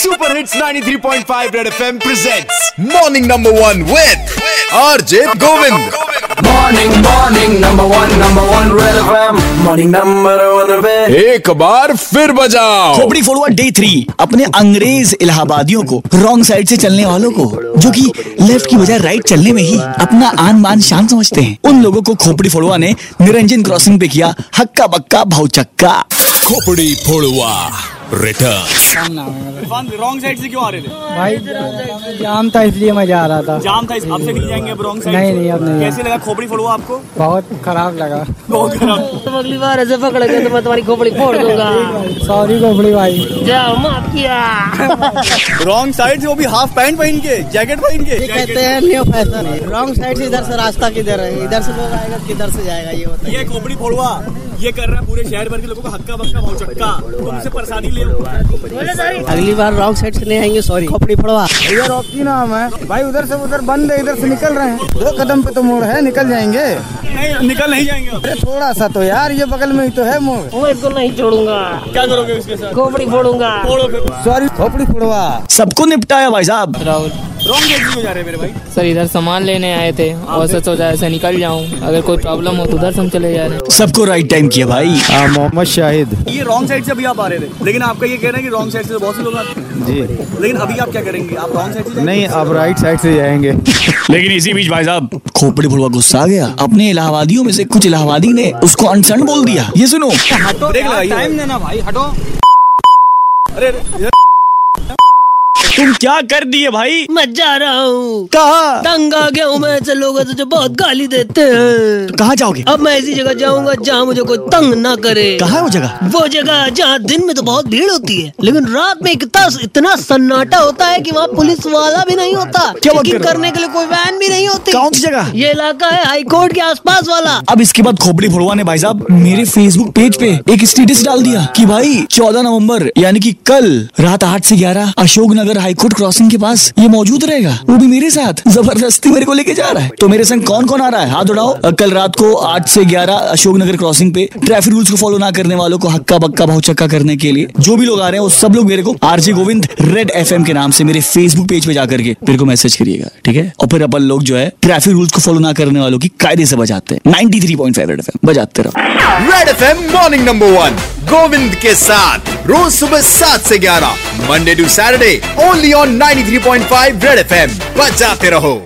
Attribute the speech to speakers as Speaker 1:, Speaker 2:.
Speaker 1: Super hits 93.5 red FM presents morning number one with RJ Govind
Speaker 2: Morning, morning, number one, number one, red FM. Morning, number one, red.
Speaker 1: एक बार फिर बजाओ
Speaker 3: खोपड़ी फोड़वा day three अपने अंग्रेज इलाहाबादियों को रॉन्ग साइड से चलने वालों को जो कि लेफ्ट की बजाय राइट चलने में ही अपना आन मान शान समझते हैं उन लोगों को खोपड़ी फोड़वा ने निरंजन क्रॉसिंग पे किया हक्का बक्का भाऊचक्का
Speaker 1: खोपड़ी फोड़वा रिटर्न
Speaker 4: इरफान रॉन्ग साइड से क्यों आ रहे थे
Speaker 5: भाई जाम था इसलिए मैं जा रहा था
Speaker 4: जाम था इस- अब से नहीं जाएंगे अब रॉन्ग साइड
Speaker 5: नहीं, नहीं, अब नहीं।
Speaker 4: कैसे लगा खोपड़ी फोड़ो आपको
Speaker 5: बहुत खराब लगा
Speaker 4: बहुत खराब
Speaker 6: तुम अगली बार ऐसे पकड़ेंगे तो मैं तुम्हारी खोपड़ी फोड़ दूंगा
Speaker 5: सॉरी गोपड़ी भाई
Speaker 6: जाओ माफ किया
Speaker 4: रॉन्ग साइड से वो भी हाफ पैंट पहन के जैकेट पहन के
Speaker 7: कहते हैं न्यू फैशन रॉन्ग साइड से इधर से रास्ता किधर है इधर से लोग आएगा किधर से जाएगा ये होता
Speaker 4: ये खोपड़ी फोड़वा ये कर रहा है पूरे शहर भर के लोगों को हक्का बक्का भौचक्का तुमसे प्रसादी ले लो।
Speaker 7: है अगली बार रॉन्ग साइड से नहीं आएंगे सॉरी खोपड़ी फड़वा
Speaker 5: इधर ऑप्शन नाम है भाई उधर से उधर बंद है इधर से निकल रहे हैं दो कदम पे तो मोड़ है निकल जाएंगे अरे
Speaker 4: नहीं निकल नहीं जाएंगे अब।
Speaker 5: थोड़ा सा तो यार ये बगल में ही तो है मोड़
Speaker 6: मैं इसको नहीं छोड़ूंगा
Speaker 4: क्या करोगे उसके साथ
Speaker 6: खोपड़ी फोड़ूंगा
Speaker 4: फोड़ो फिर
Speaker 5: सॉरी खोपड़ी फोड़वा
Speaker 3: सबको निपटाया भाई साहब
Speaker 8: राहुल
Speaker 4: रॉन्ग साइड से क्यों जा रहे हैं मेरे भाई
Speaker 8: सर इधर सामान लेने आए थे और सर सोचा ऐसे निकल जाऊं अगर कोई प्रॉब्लम हो तो उधर से हम चले जा रहे हैं
Speaker 3: सबको राइट टाइम किया भाई
Speaker 5: मोहम्मद शाहिद
Speaker 4: ये रॉन्ग साइड से अभी आप आ रहे थे लेकिन आपका ये कहना है कि रॉन्ग साइड से तो बहुत से लोग आते हैं।
Speaker 5: जी
Speaker 4: लेकिन अभी आप क्या करेंगे आप रॉन्ग साइड से जाएंगे?
Speaker 5: अब राइट साइड से जाएंगे
Speaker 3: लेकिन इसी बीच भाई साहब खोपड़ी फोड़वा गुस्सा आ गया अपने इलाहाबादियों में से कुछ इलाहाबादी ने उसको अनसन बोल दिया ये सुनो
Speaker 4: ब्रेक लगाइए टाइम देना भाई हटो अरे अरे,
Speaker 3: तुम क्या कर दिए भाई
Speaker 6: मैं जा रहा हूँ
Speaker 3: कहा
Speaker 6: तंग आ गया हूँ मैं ऐसे लोगों से जो बहुत गाली देते हैं
Speaker 3: कहा जाओगे
Speaker 6: अब मैं ऐसी जगह जाऊंगा जहाँ मुझे कोई तंग ना करे
Speaker 3: कहा है वो जगह
Speaker 6: वो जगह जहाँ दिन में तो बहुत भीड़ होती है लेकिन रात में इतना इतना सन्नाटा होता है कि वहाँ पुलिस वाला भी नहीं होता
Speaker 3: क्या बात कर
Speaker 6: चेकिंग
Speaker 3: रहे हो?
Speaker 6: करने के लिए कोई वैन भी नहीं होती
Speaker 3: कौन सी जगह
Speaker 6: ये इलाका है हाई कोर्ट के आसपास वाला
Speaker 3: अब इसके बाद खोपड़ी फोड़वा ने भाई साहब मेरे फेसबुक पेज पे एक स्टेटस डाल दिया कि भाई 14 नवंबर यानी कि कल रात आठ से ग्यारह अशोक नगर हाईकोर्ट क्रॉसिंग के पास ये मौजूद रहेगा वो भी मेरे साथ जबरदस्ती मेरे को लेके जा रहा है तो मेरे संग कौन कौन आ रहा है हाथ उठाओ अ, कल रात को आठ से ग्यारह अशोक नगर क्रॉसिंग पे ट्रैफिक रूल्स को फॉलो ना करने वालों को हक्का बक्का भाव चक्का करने के लिए जो भी लोग आ रहे हैं वो सब लोग मेरे को आरजे गोविंद रेड एफ के नाम से मेरे फेसबुक पेज पे जाकर के मेरे को मैसेज करिएगा ठीक है और फिर अपन लोग जो है ट्रैफिक रूल्स को फॉलो ना करने वालों की कायदे से बजाते हैं 93.5 थ्री पॉइंट रेड एफ बजाते रहो
Speaker 1: red FM morning number one Govind के साथ रोज सुबह सात से ग्यारह Monday to Saturday only on 93.5 red FM बजाते रहो